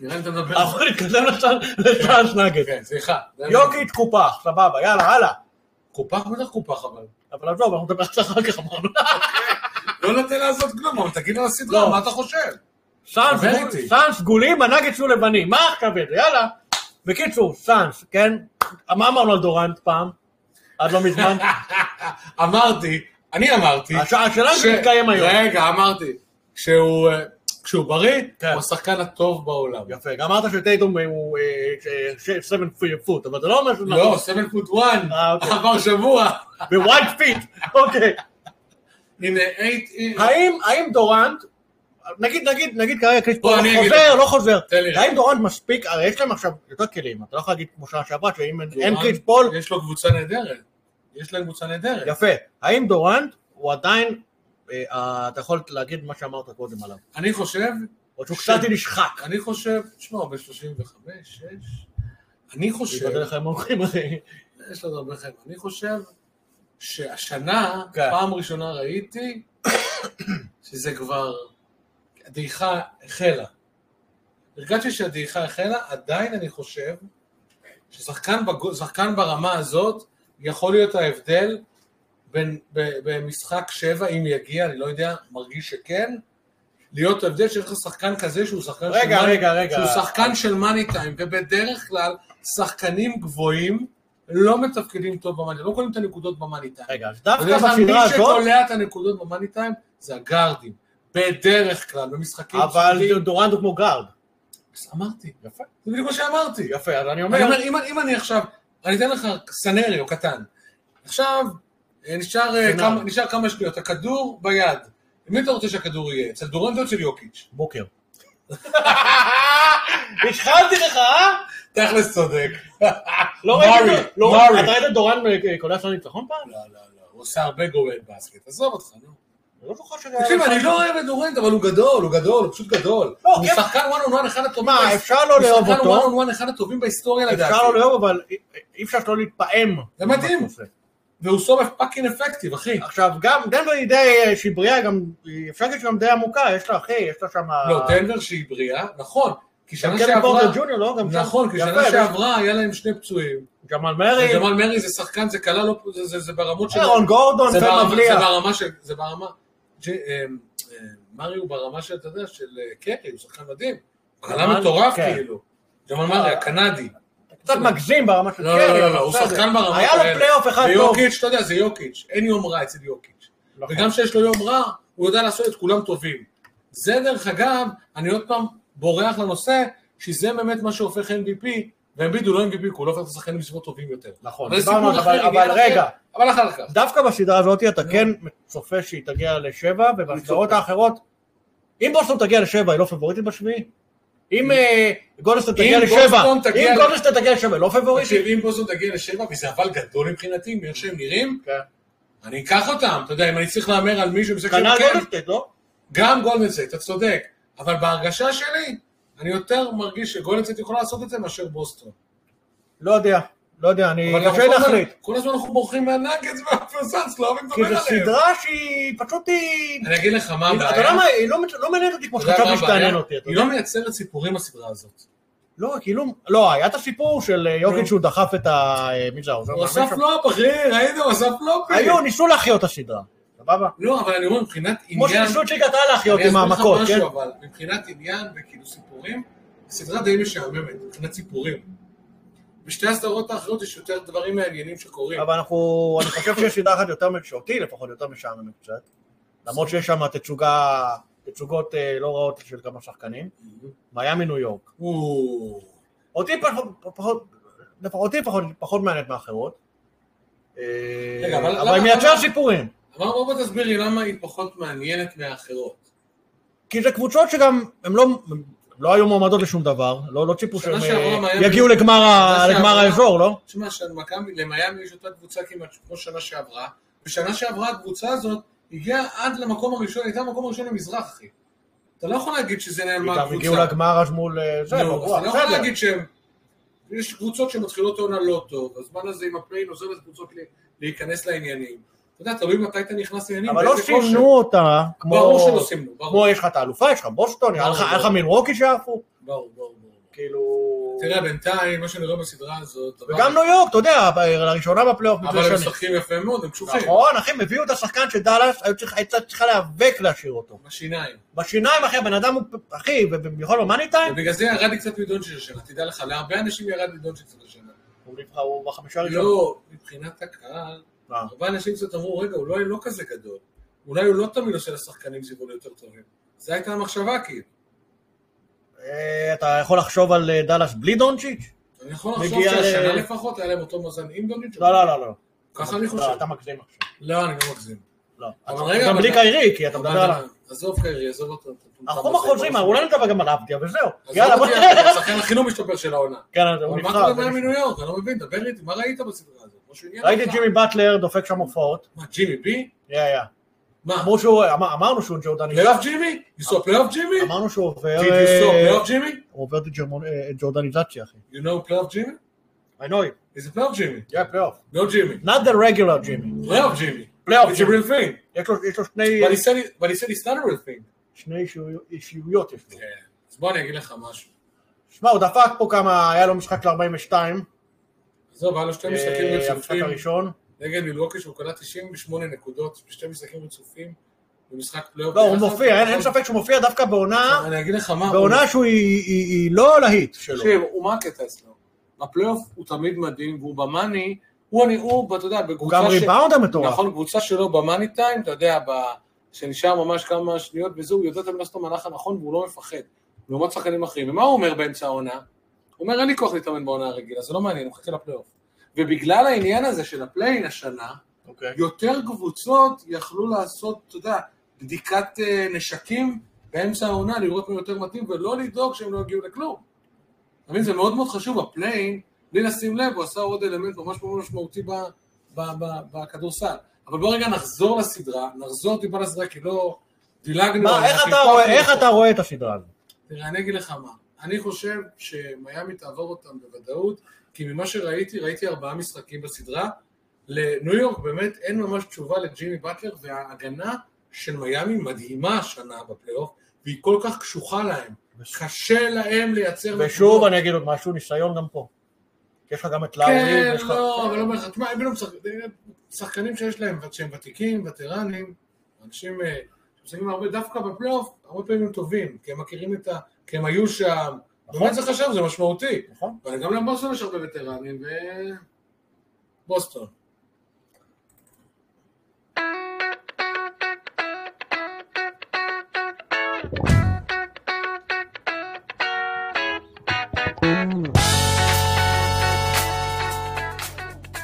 Speaker 2: נראה לי אתה מדבר...
Speaker 3: אנחנו נתקדם לצ- לצ'אנס נגד.
Speaker 2: כן, סליחה.
Speaker 3: יוקיט קופח, סבבה, יאללה, הלאה.
Speaker 2: קופח בטח קופח אבל.
Speaker 3: אבל עזוב, אנחנו נדבר על זה אחר כך, אמרנו.
Speaker 2: לא נותן לעשות כלום, אבל תגיד על הסדרה,
Speaker 3: לא.
Speaker 2: מה אתה חושב?
Speaker 3: סאנס,
Speaker 2: דבר
Speaker 3: גול-
Speaker 2: איתי.
Speaker 3: סאנס גולים, הנגד שהוא לבנים, מה הכבד, יאללה. בקיצור, סאנס, כן? מה אמרנו על דורנט פעם? עד לא מזמן.
Speaker 2: אמרתי, אני אמרתי...
Speaker 3: הש- השאלה
Speaker 2: ש-
Speaker 3: הזאת מתקיים היום.
Speaker 2: רגע, אמרתי. כשהוא אה, כשהוא בריא,
Speaker 3: כן.
Speaker 2: הוא השחקן הטוב בעולם.
Speaker 3: יפה, גם אמרת שטייטום הוא אה, 7 פוט, אבל זה לא אומר שזה
Speaker 2: לא, סמל פוט וואן,
Speaker 3: אה, אוקיי.
Speaker 2: עבר שבוע.
Speaker 3: בווייד פיט, אוקיי.
Speaker 2: הנה, אייט...
Speaker 3: האם, האם דורנט, נגיד, נגיד, נגיד כרגע קריס
Speaker 2: בוא,
Speaker 3: פול
Speaker 2: אני אגיד
Speaker 3: חוזר,
Speaker 2: לך.
Speaker 3: לא חוזר,
Speaker 2: תן לי רגע.
Speaker 3: האם דורנט מספיק, הרי יש להם עכשיו יותר כלים, אתה לא יכול להגיד כמו שנה שעברה, שאם אין- אין
Speaker 2: דורנט,
Speaker 3: קריס פול,
Speaker 2: יש לו קבוצה נהדרת. יש להם קבוצה נהדרת.
Speaker 3: יפה, האם דורנט הוא עדיין, אה, אה, אתה יכול להגיד מה שאמרת קודם עליו,
Speaker 2: אני חושב,
Speaker 3: או שהוא
Speaker 2: ש-
Speaker 3: קצת נשחק,
Speaker 2: אני חושב, תשמע, הוא בן 35, 6, אני חושב,
Speaker 3: שיבדל לך עם המומחים, אחי.
Speaker 2: יש עוד הרבה חבר'ה, אני חושב שהשנה,
Speaker 3: כן.
Speaker 2: פעם ראשונה ראיתי שזה כבר, הדעיכה החלה. הרגשתי שהדעיכה החלה, עדיין אני חושב ששחקן בגו- שחקן ברמה הזאת יכול להיות ההבדל בין, ב- במשחק שבע, אם יגיע, אני לא יודע, מרגיש שכן, להיות ההבדל שיש לך שחקן כזה שהוא שחקן
Speaker 3: רגע,
Speaker 2: של מאני-
Speaker 3: רגע, רגע.
Speaker 2: שהוא שחקן של מאני טיים, ובדרך כלל שחקנים גבוהים לא מתפקדים טוב במאני, לא קונים את הנקודות במאני טיים.
Speaker 3: רגע, אז
Speaker 2: בדרך
Speaker 3: דווקא
Speaker 2: כלל
Speaker 3: בסדרה
Speaker 2: מי
Speaker 3: הזאת,
Speaker 2: שקולע את הנקודות במאני טיים זה הגארדים. בדרך כלל, במשחקים
Speaker 3: אבל
Speaker 2: פשוטים.
Speaker 3: דורנט הוא כמו גארד,
Speaker 2: אז אמרתי,
Speaker 3: יפה,
Speaker 2: זה בדיוק מה שאמרתי.
Speaker 3: יפה, אז אני
Speaker 2: אני
Speaker 3: אומר,
Speaker 2: אומר, אם, אם אני עכשיו, אני אתן לך סנריו קטן. עכשיו, אה, נשאר, אה,
Speaker 3: סנריו.
Speaker 2: כמה, נשאר כמה שניות, הכדור ביד. מי אתה רוצה שהכדור יהיה? אצל דורנדו או אצל יוקיץ'?
Speaker 3: בוקר. התחלתי לך, אה?
Speaker 2: תכלס צודק.
Speaker 3: לא
Speaker 2: מרי,
Speaker 3: ראיתי, את- לא
Speaker 2: מרי.
Speaker 3: ראיתי, אתה ראית את דורן אה, קולע שלנו ניצחון פעם?
Speaker 2: לא, לא, לא, הוא עושה הרבה גורד בסקט, עזוב אותך, נו.
Speaker 3: אני לא זוכר שזה
Speaker 2: תקשיב,
Speaker 3: היה-
Speaker 2: אני לא אוהב את דורנט, אבל הוא גדול, הוא גדול, הוא פשוט גדול.
Speaker 3: לא,
Speaker 2: הוא
Speaker 3: כן.
Speaker 2: שחקן וואן און וואן אחד הטובים.
Speaker 3: מה,
Speaker 2: בהיס-
Speaker 3: אפשר לא
Speaker 2: הוא
Speaker 3: לאהוב
Speaker 2: שחקן וואן
Speaker 3: אותו,
Speaker 2: און וואן אחד הטובים בהיסטוריה לדעתי.
Speaker 3: אפשר לא לאהוב, אבל אי- אי אפשר שלא להתפעם.
Speaker 2: זה מדהים.
Speaker 3: מה שהוא עושה.
Speaker 2: והוא סובב פאקינג אפקטיב, אחי.
Speaker 3: עכשיו, גם דנבר היא די אה, שהיא בריאה, גם, אה, אפשר להגיד שגם די עמוקה, יש לה, אחי, יש לה שם... אה,
Speaker 2: לא, דנבר שהיא בריאה, נכון. כי
Speaker 3: גם
Speaker 2: שנה
Speaker 3: קווין
Speaker 2: שעברה,
Speaker 3: פורטר ג'וניור, לא? גם שם-
Speaker 2: נכון, כי
Speaker 3: יפה, אה.
Speaker 2: שנה
Speaker 3: יש-
Speaker 2: שעברה היה להם שני פצועים.
Speaker 3: ג'מאל מרי,
Speaker 2: ג'מאל מרי זה שחקן, זה קלה לא, זה- זה- זה ברמות של...
Speaker 3: אירון גורדון,
Speaker 2: זה
Speaker 3: פן
Speaker 2: ברמה- זה
Speaker 3: מבליע.
Speaker 2: לא- ברמה של... זה ברמה... ג'- אמ, אמ, מרי הוא ברמה של, אתה יודע, של אה, קרי, הוא שחקן מדהים. הוא קלה
Speaker 3: ג'מאל-
Speaker 2: מטורף
Speaker 3: כן.
Speaker 2: כאילו. ג'מאל מרי, הקנדי.
Speaker 3: קצת מגזים ברמה של
Speaker 2: לא,
Speaker 3: קרי,
Speaker 2: לא, לא, לא, הוא
Speaker 3: בסדר.
Speaker 2: שחקן ברמות
Speaker 3: היה לו פלייאוף אחד טוב.
Speaker 2: ויוקיץ', אתה יודע, זה יוקיץ', אין יום רע אצל יוקיץ'.
Speaker 3: נכון.
Speaker 2: וגם כשיש לו יום רע, הוא יודע לעשות את כולם טובים. זה דרך אגב, אני עוד פעם בורח לנושא, שזה באמת מה שהופך MVP, ואמביד הוא לא MVP, כי הוא לא הופך לשחקנים בסביבות טובים יותר.
Speaker 3: נכון,
Speaker 2: אבל זה
Speaker 3: דיברנו על
Speaker 2: סיפור
Speaker 3: זה, אבל-
Speaker 2: אחר, עניין
Speaker 3: אבל
Speaker 2: אחר,
Speaker 3: רגע.
Speaker 2: אבל אחר כך.
Speaker 3: דווקא בסדרה הזאת אתה
Speaker 2: לא.
Speaker 3: כן צופה שהיא תגיע לשבע, ובסדרות האחרות, אם בוסטון תגיע לשבע, היא לא פבוריטית בשביעי? אם אה, גולדסטון תגיע לשבע,
Speaker 2: בוסטון תגיע
Speaker 3: אם
Speaker 2: ל-
Speaker 3: גולדסטון תגיע לשבע, היא לא פבוריטית?
Speaker 2: תקשיב, אם בוזון תגיע לשבע, וזה אבל גדול מבחינתי, מאיך שהם נראים,
Speaker 3: כן.
Speaker 2: אני אקח אותם, אתה יודע, אם אני צריך להמר על מישהו במשחק
Speaker 3: כנ"ל
Speaker 2: שבע, כן,
Speaker 3: גולדסטון, לא?
Speaker 2: גם גולדנסייט, אתה צודק, אבל בהרגשה שלי, אני יותר מרגיש שגולדנסייט יכולה לעשות את זה מאשר בוסטון.
Speaker 3: לא יודע, לא יודע, אני
Speaker 2: אבל
Speaker 3: קשה
Speaker 2: אנחנו כל
Speaker 3: להחליט.
Speaker 2: הזמן- כל הזמן אנחנו בורחים מהנגדס והפרסס, לא אוהבים
Speaker 3: כי
Speaker 2: לדבר
Speaker 3: זו
Speaker 2: עליהם.
Speaker 3: סדרה שהיא פשוט היא...
Speaker 2: אני אגיד לך מה
Speaker 3: היא-
Speaker 2: הבעיה.
Speaker 3: אתה יודע מה, היא לא מת- לא מעניינת אותי כמו
Speaker 2: אתה יודע מה
Speaker 3: שחשבתי שתעניין
Speaker 2: הבעיה?
Speaker 3: אותי. אתה
Speaker 2: היא
Speaker 3: יודע.
Speaker 2: לא מייצרת סיפורים הסדרה הזאת.
Speaker 3: לא, כאילו, לא, היה את הסיפור של אה,
Speaker 2: נו.
Speaker 3: יוקיץ' שהוא דחף את ה... אה, מי זה העוזר?
Speaker 2: לא. הוא אסף לופ, אחי, ראינו, הוא אסף לופ.
Speaker 3: היו, ניסו להחיות את הסדרה, סבבה?
Speaker 2: לא, אבל אני אומר, מבחינת
Speaker 3: כמו
Speaker 2: עניין...
Speaker 3: שניסו את צ'יקה טעה להחיות עם
Speaker 2: אני
Speaker 3: המכות,
Speaker 2: אסביר לך
Speaker 3: כן?
Speaker 2: משהו, אבל מבחינת עניין וכאילו סיפורים, סדרה די משעממת, מבחינת סיפורים. בשתי הסדרות האחרות יש יותר דברים מעניינים שקורים.
Speaker 3: כן? אבל אנחנו, אני חושב שיש סדרה אחת יותר, שאותי לפחות, יותר משעממת קצת. למרות שיש שם תצוגה, תצוגות אה, לא רעות של כמה שחקנים. מיאמי ניו יורק.
Speaker 2: הוא-
Speaker 3: אותי פחות, פחות, לפחות, אותי פחות, פחות מעניינת מאחרות. אה,
Speaker 2: רגע, אבל למה-
Speaker 3: אבל היא מייצרת
Speaker 2: למה-
Speaker 3: סיפורים.
Speaker 2: אמר בוא בוא תסבירי למה היא פחות מעניינת מהאחרות.
Speaker 3: כי זה קבוצות שגם, הן לא... הן לא היו מועמדות לשום דבר, לא, לא ציפו
Speaker 2: שנה
Speaker 3: שהם
Speaker 2: שעברה
Speaker 3: אה,
Speaker 2: מיאמי-
Speaker 3: יגיעו לגמר, ה-
Speaker 2: שנה
Speaker 3: לגמר
Speaker 2: שעברה-
Speaker 3: האזור, לא?
Speaker 2: תשמע, שמכבי- למיאמי יש אותה קבוצה כמעט כמו שנה שעברה, בשנה שעברה הקבוצה הזאת הגיעה עד למקום הראשון, הייתה במקום הראשון במזרח, אחי. אתה לא יכול להגיד שזה נעלמה
Speaker 3: גם
Speaker 2: הקבוצה.
Speaker 3: הגיעו לגמר אז מול אה, זה,
Speaker 2: נו,
Speaker 3: ברור,
Speaker 2: אז אתה לא יכול
Speaker 3: בסדר.
Speaker 2: להגיד שהם... יש קבוצות שמתחילות עונה לא טוב, הזמן הזה עם הפליין עוזר לקבוצות ל- להיכנס לעניינים. אתה יודע, תלוי מתי אתה נכנס לעניינים.
Speaker 3: אבל לא
Speaker 2: באיזה כושר.
Speaker 3: שינו אותה, כמו...
Speaker 2: ברור שלא סימנו, ברור,
Speaker 3: כמו יש לך את האלופה, יש לך בוסטון, היה לך- היה לך מילווקי שעפו,
Speaker 2: ברור, ברור. ברור.
Speaker 3: כאילו...
Speaker 2: תראה, בינתיים, מה שאני רואה בסדרה הזאת... דבר-
Speaker 3: וגם לא- ניו יורק, אתה יודע, ב- לראשונה בפלייאוף
Speaker 2: אבל
Speaker 3: מצד
Speaker 2: הם
Speaker 3: שני.
Speaker 2: משחקים יפה מאוד, הם קשוחים.
Speaker 3: נכון, אחי, הם הביאו את השחקן של דאלאס, היו צריכים- הייתה צריכה להיאבק להשאיר אותו.
Speaker 2: עם השיניים.
Speaker 3: בשיניים, אחי, הבן אדם הוא, אחי, ובמיוחד במאני טיים,
Speaker 2: ובגלל זה ירד לי קצת מדונצ'יץ' השנה, תדע לך, להרבה אנשים ירד מדונצ'יץ' השנה.
Speaker 3: הוא נבחר, הוא בחמישה הראשונים.
Speaker 2: לא, מבחינת הקהל,
Speaker 3: אה.
Speaker 2: הרבה אנשים קצת אמרו, רגע, אולי לא כזה גדול. אולי הוא לא תמיד עושה לשחקנים סיבוב יותר טובים. זו הייתה המחשבה, כאילו.
Speaker 3: אה, אתה יכול לחשוב על אה, דאלאס בלי דונצ'יץ'?
Speaker 2: אני יכול לחשוב
Speaker 3: מגיע ל-
Speaker 2: שהשנה לפחות היה להם אותו מאזן עם דונצ'יץ'.
Speaker 3: לא, לא, לא, לא.
Speaker 2: ככה אני חושב.
Speaker 3: לא, אתה מגזים עכשיו.
Speaker 2: לא, אני לא מגזים.
Speaker 3: לא.
Speaker 2: אבל רגע,
Speaker 3: גם
Speaker 2: אבל-
Speaker 3: בלי קיירי, כי אתה מדבר על...
Speaker 2: אבל- עזוב קיירי, עזוב אותו. אתה מטומטם
Speaker 3: אנחנו
Speaker 2: הזה,
Speaker 3: בחוזרים,
Speaker 2: בוא.
Speaker 3: אה, אולי נדבר גם על עבדיה וזהו.
Speaker 2: עזוב
Speaker 3: יאללה, בוא...
Speaker 2: אותי, אתה השחקן הכי לא משתפר של העונה.
Speaker 3: כן, אז הוא
Speaker 2: אבל מה
Speaker 3: נבחר.
Speaker 2: קורה בהם מניו יורק? אני לא מבין, דבר איתי, מה ראית בסדרה הזאת? משהו עניין
Speaker 3: ראיתי את
Speaker 2: אותך?
Speaker 3: ג'ימי באטלר דופק שם הופעות.
Speaker 2: מה, ג'ימי בי?
Speaker 3: יא יא.
Speaker 2: מה,
Speaker 3: אמרו שהוא... אמר- אמרנו שהוא ג'ורדן
Speaker 2: פלייאוף ג'ימי? ניסו פלייאוף ג'ימי?
Speaker 3: אמרנו שהוא עובר...
Speaker 2: Did you
Speaker 3: אה,
Speaker 2: saw פלייאוף ג'ימי?
Speaker 3: הוא עובר את ג'רמון- אה, את ג'ורדניזציה, אחי.
Speaker 2: You know פלייאוף ג'ימי?
Speaker 3: I know it.
Speaker 2: Is it פלייאוף ג'ימי?
Speaker 3: יא פלייאוף.
Speaker 2: לא ג'ימי.
Speaker 3: Not the regular ג'ימי.
Speaker 2: פלייאוף ג'ימי.
Speaker 3: פלייאוף
Speaker 2: It's a
Speaker 3: ג'ימי.
Speaker 2: real thing.
Speaker 3: יש לו- יש לו שני...
Speaker 2: But he said it- but he said it's not a real thing.
Speaker 3: שני אישיו- אישיויות יש לו.
Speaker 2: כן. אז בוא אני אגיד לך משהו.
Speaker 3: שמע, הוא דפק פה כמה... היה לו משחק ל-42.
Speaker 2: עזוב, היה לו שתי משחקים
Speaker 3: אה, המשחק
Speaker 2: רצופים
Speaker 3: הראשון.
Speaker 2: נגד מילווקי שהוא קלע 98 נקודות בשתי משחקים רצופים במשחק פלייאוף.
Speaker 3: לא, הוא
Speaker 2: ביחד.
Speaker 3: מופיע, אין אין ספק שהוא מופיע דווקא בעונה...
Speaker 2: אני אגיד לך מה...
Speaker 3: בעונה שהוא היא- היא היא לא להיט שלו.
Speaker 2: תקשיב, הוא מה הקטע אצלו? בפלייאוף הוא תמיד מדהים, והוא במאני, הוא, אני, הוא, אתה יודע,
Speaker 3: הוא
Speaker 2: בקבוצה
Speaker 3: גם ריבאונד המטורף.
Speaker 2: נכון, קבוצה שלו במאני טיים, אתה יודע, ב... שנשאר ממש כמה שניות וזה, הוא יודע תמיד לעשות את המהלך הנכון והוא לא מפחד. לעומת שחקנים אחרים. ומה הוא אומר באמצע העונה? הוא אומר, אין לי כוח להתאמן בעונה הרגילה, זה לא מעניין, הוא מחכה לפלייאוף. ובגלל העניין הזה של הפליין השנה,
Speaker 3: אוקיי.
Speaker 2: יותר קבוצות יכלו לעשות, אתה יודע, בדיקת אה, נשקים באמצע העונה, לראות מי יותר מתאים, ולא לדאוג שהם לא יגיעו לכלום. אתה מבין, זה מאוד מאוד חשוב, הפליין, בלי לשים לב, הוא עשה עוד אלמנט ממש מאוד משמעותי ב- ב- ב- בכדורסל. אבל בוא רגע נחזור לסדרה, נחזור טיפה לסדרה, כי לא דילגנו.
Speaker 3: מה,
Speaker 2: אבל
Speaker 3: איך
Speaker 2: אנחנו
Speaker 3: אתה
Speaker 2: טיפה
Speaker 3: רואה-
Speaker 2: אחרי
Speaker 3: איך
Speaker 2: זה.
Speaker 3: אתה רואה את הסדרה הזאת?
Speaker 2: תראה, אני אגיד לך מה, אני חושב שמיאמי תעבור אותם בוודאות, כי ממה שראיתי, ראיתי ארבעה משחקים בסדרה. לניו יורק באמת אין ממש תשובה לג'ימי באטלר, וההגנה של מיאמי מדהימה השנה בפלייאוף, והיא כל כך קשוחה להם. קשה להם לייצר...
Speaker 3: ושוב
Speaker 2: נקודות.
Speaker 3: אני אגיד עוד משהו, ניסיון גם פה. יש לך גם את לאורי,
Speaker 2: כן,
Speaker 3: יש לך...
Speaker 2: לא, אבל לא אומר לך, תשמע, הם לא משחק- שחקנים שיש להם, שהם ותיקים, וטרנים, אנשים אה, שמשחקים הרבה דווקא בפלייאוף, הרבה פעמים הם טובים, כי הם מכירים את ה... כי הם היו שם. באמת זה חשוב, זה משמעותי.
Speaker 3: נכון.
Speaker 2: אבל גם לבוסטון יש הרבה וטרנים, ובוסטון.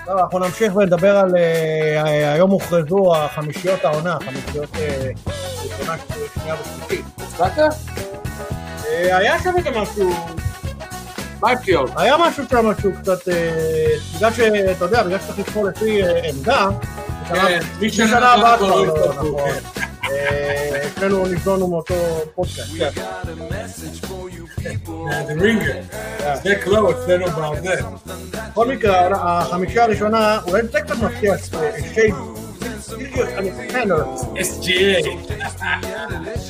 Speaker 3: טוב, לא, אנחנו נמשיך ונדבר על... אה, היום הוכרזו החמישיות העונה, חמישיות אה, ראשונה, שנייה ושלישית.
Speaker 2: הצבעת?
Speaker 3: אה, היה שם איזה משהו...
Speaker 2: מה הפתיעות?
Speaker 3: היה משהו שם שהוא קצת... אה, בגלל שאתה יודע, בגלל שצריך לבחור לפי אה, עמדה,
Speaker 2: כן, משנה
Speaker 3: משנה הבאה
Speaker 2: הבאה
Speaker 3: כבר
Speaker 2: כבר
Speaker 3: לא,
Speaker 2: לא יפתחו,
Speaker 3: נכון. אה, שנינו ניזונו מאותו פודקאסט. כן.
Speaker 1: We got a message for you people.
Speaker 2: זה רינגר. זה קלו אצלנו בעבודה.
Speaker 3: בכל מקרה, החמישה הראשונה, אולי זה קצת מפתיע, אה, שייק,
Speaker 2: SGA.
Speaker 3: כן, לא,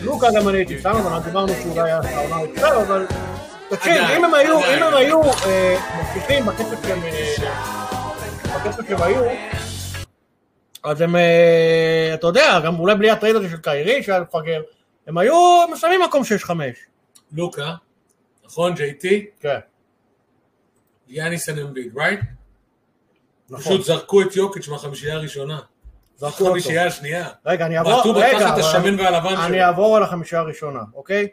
Speaker 3: לוקה גם אני הייתי שם, אבל דיברנו שאולי היה העונה הראשונה, אבל תקשיב,
Speaker 2: עדיין,
Speaker 3: אם הם היו,
Speaker 2: עדיין.
Speaker 3: אם הם היו אה, ממשיכים בכסף שהם, אה, בכסף שהם היו, אז הם, אה, אתה יודע, גם אולי בלי הטרייד הזה של קיירי שהיה מפגר, הם היו מסיימים מקום 6-5.
Speaker 2: לוקה, נכון, JT?
Speaker 3: כן,
Speaker 2: יאניס אנמביג, רייט?
Speaker 3: נכון.
Speaker 2: פשוט זרקו את יוקיץ' מהחמישייה הראשונה.
Speaker 3: זרקו אותו.
Speaker 2: חמישייה השנייה.
Speaker 3: רגע, אני אעבור,
Speaker 2: בעטו
Speaker 3: רגע,
Speaker 2: בתחת
Speaker 3: אבל-
Speaker 2: השמן והלבן
Speaker 3: אני
Speaker 2: שלו.
Speaker 3: אעבור על החמישה הראשונה, אוקיי?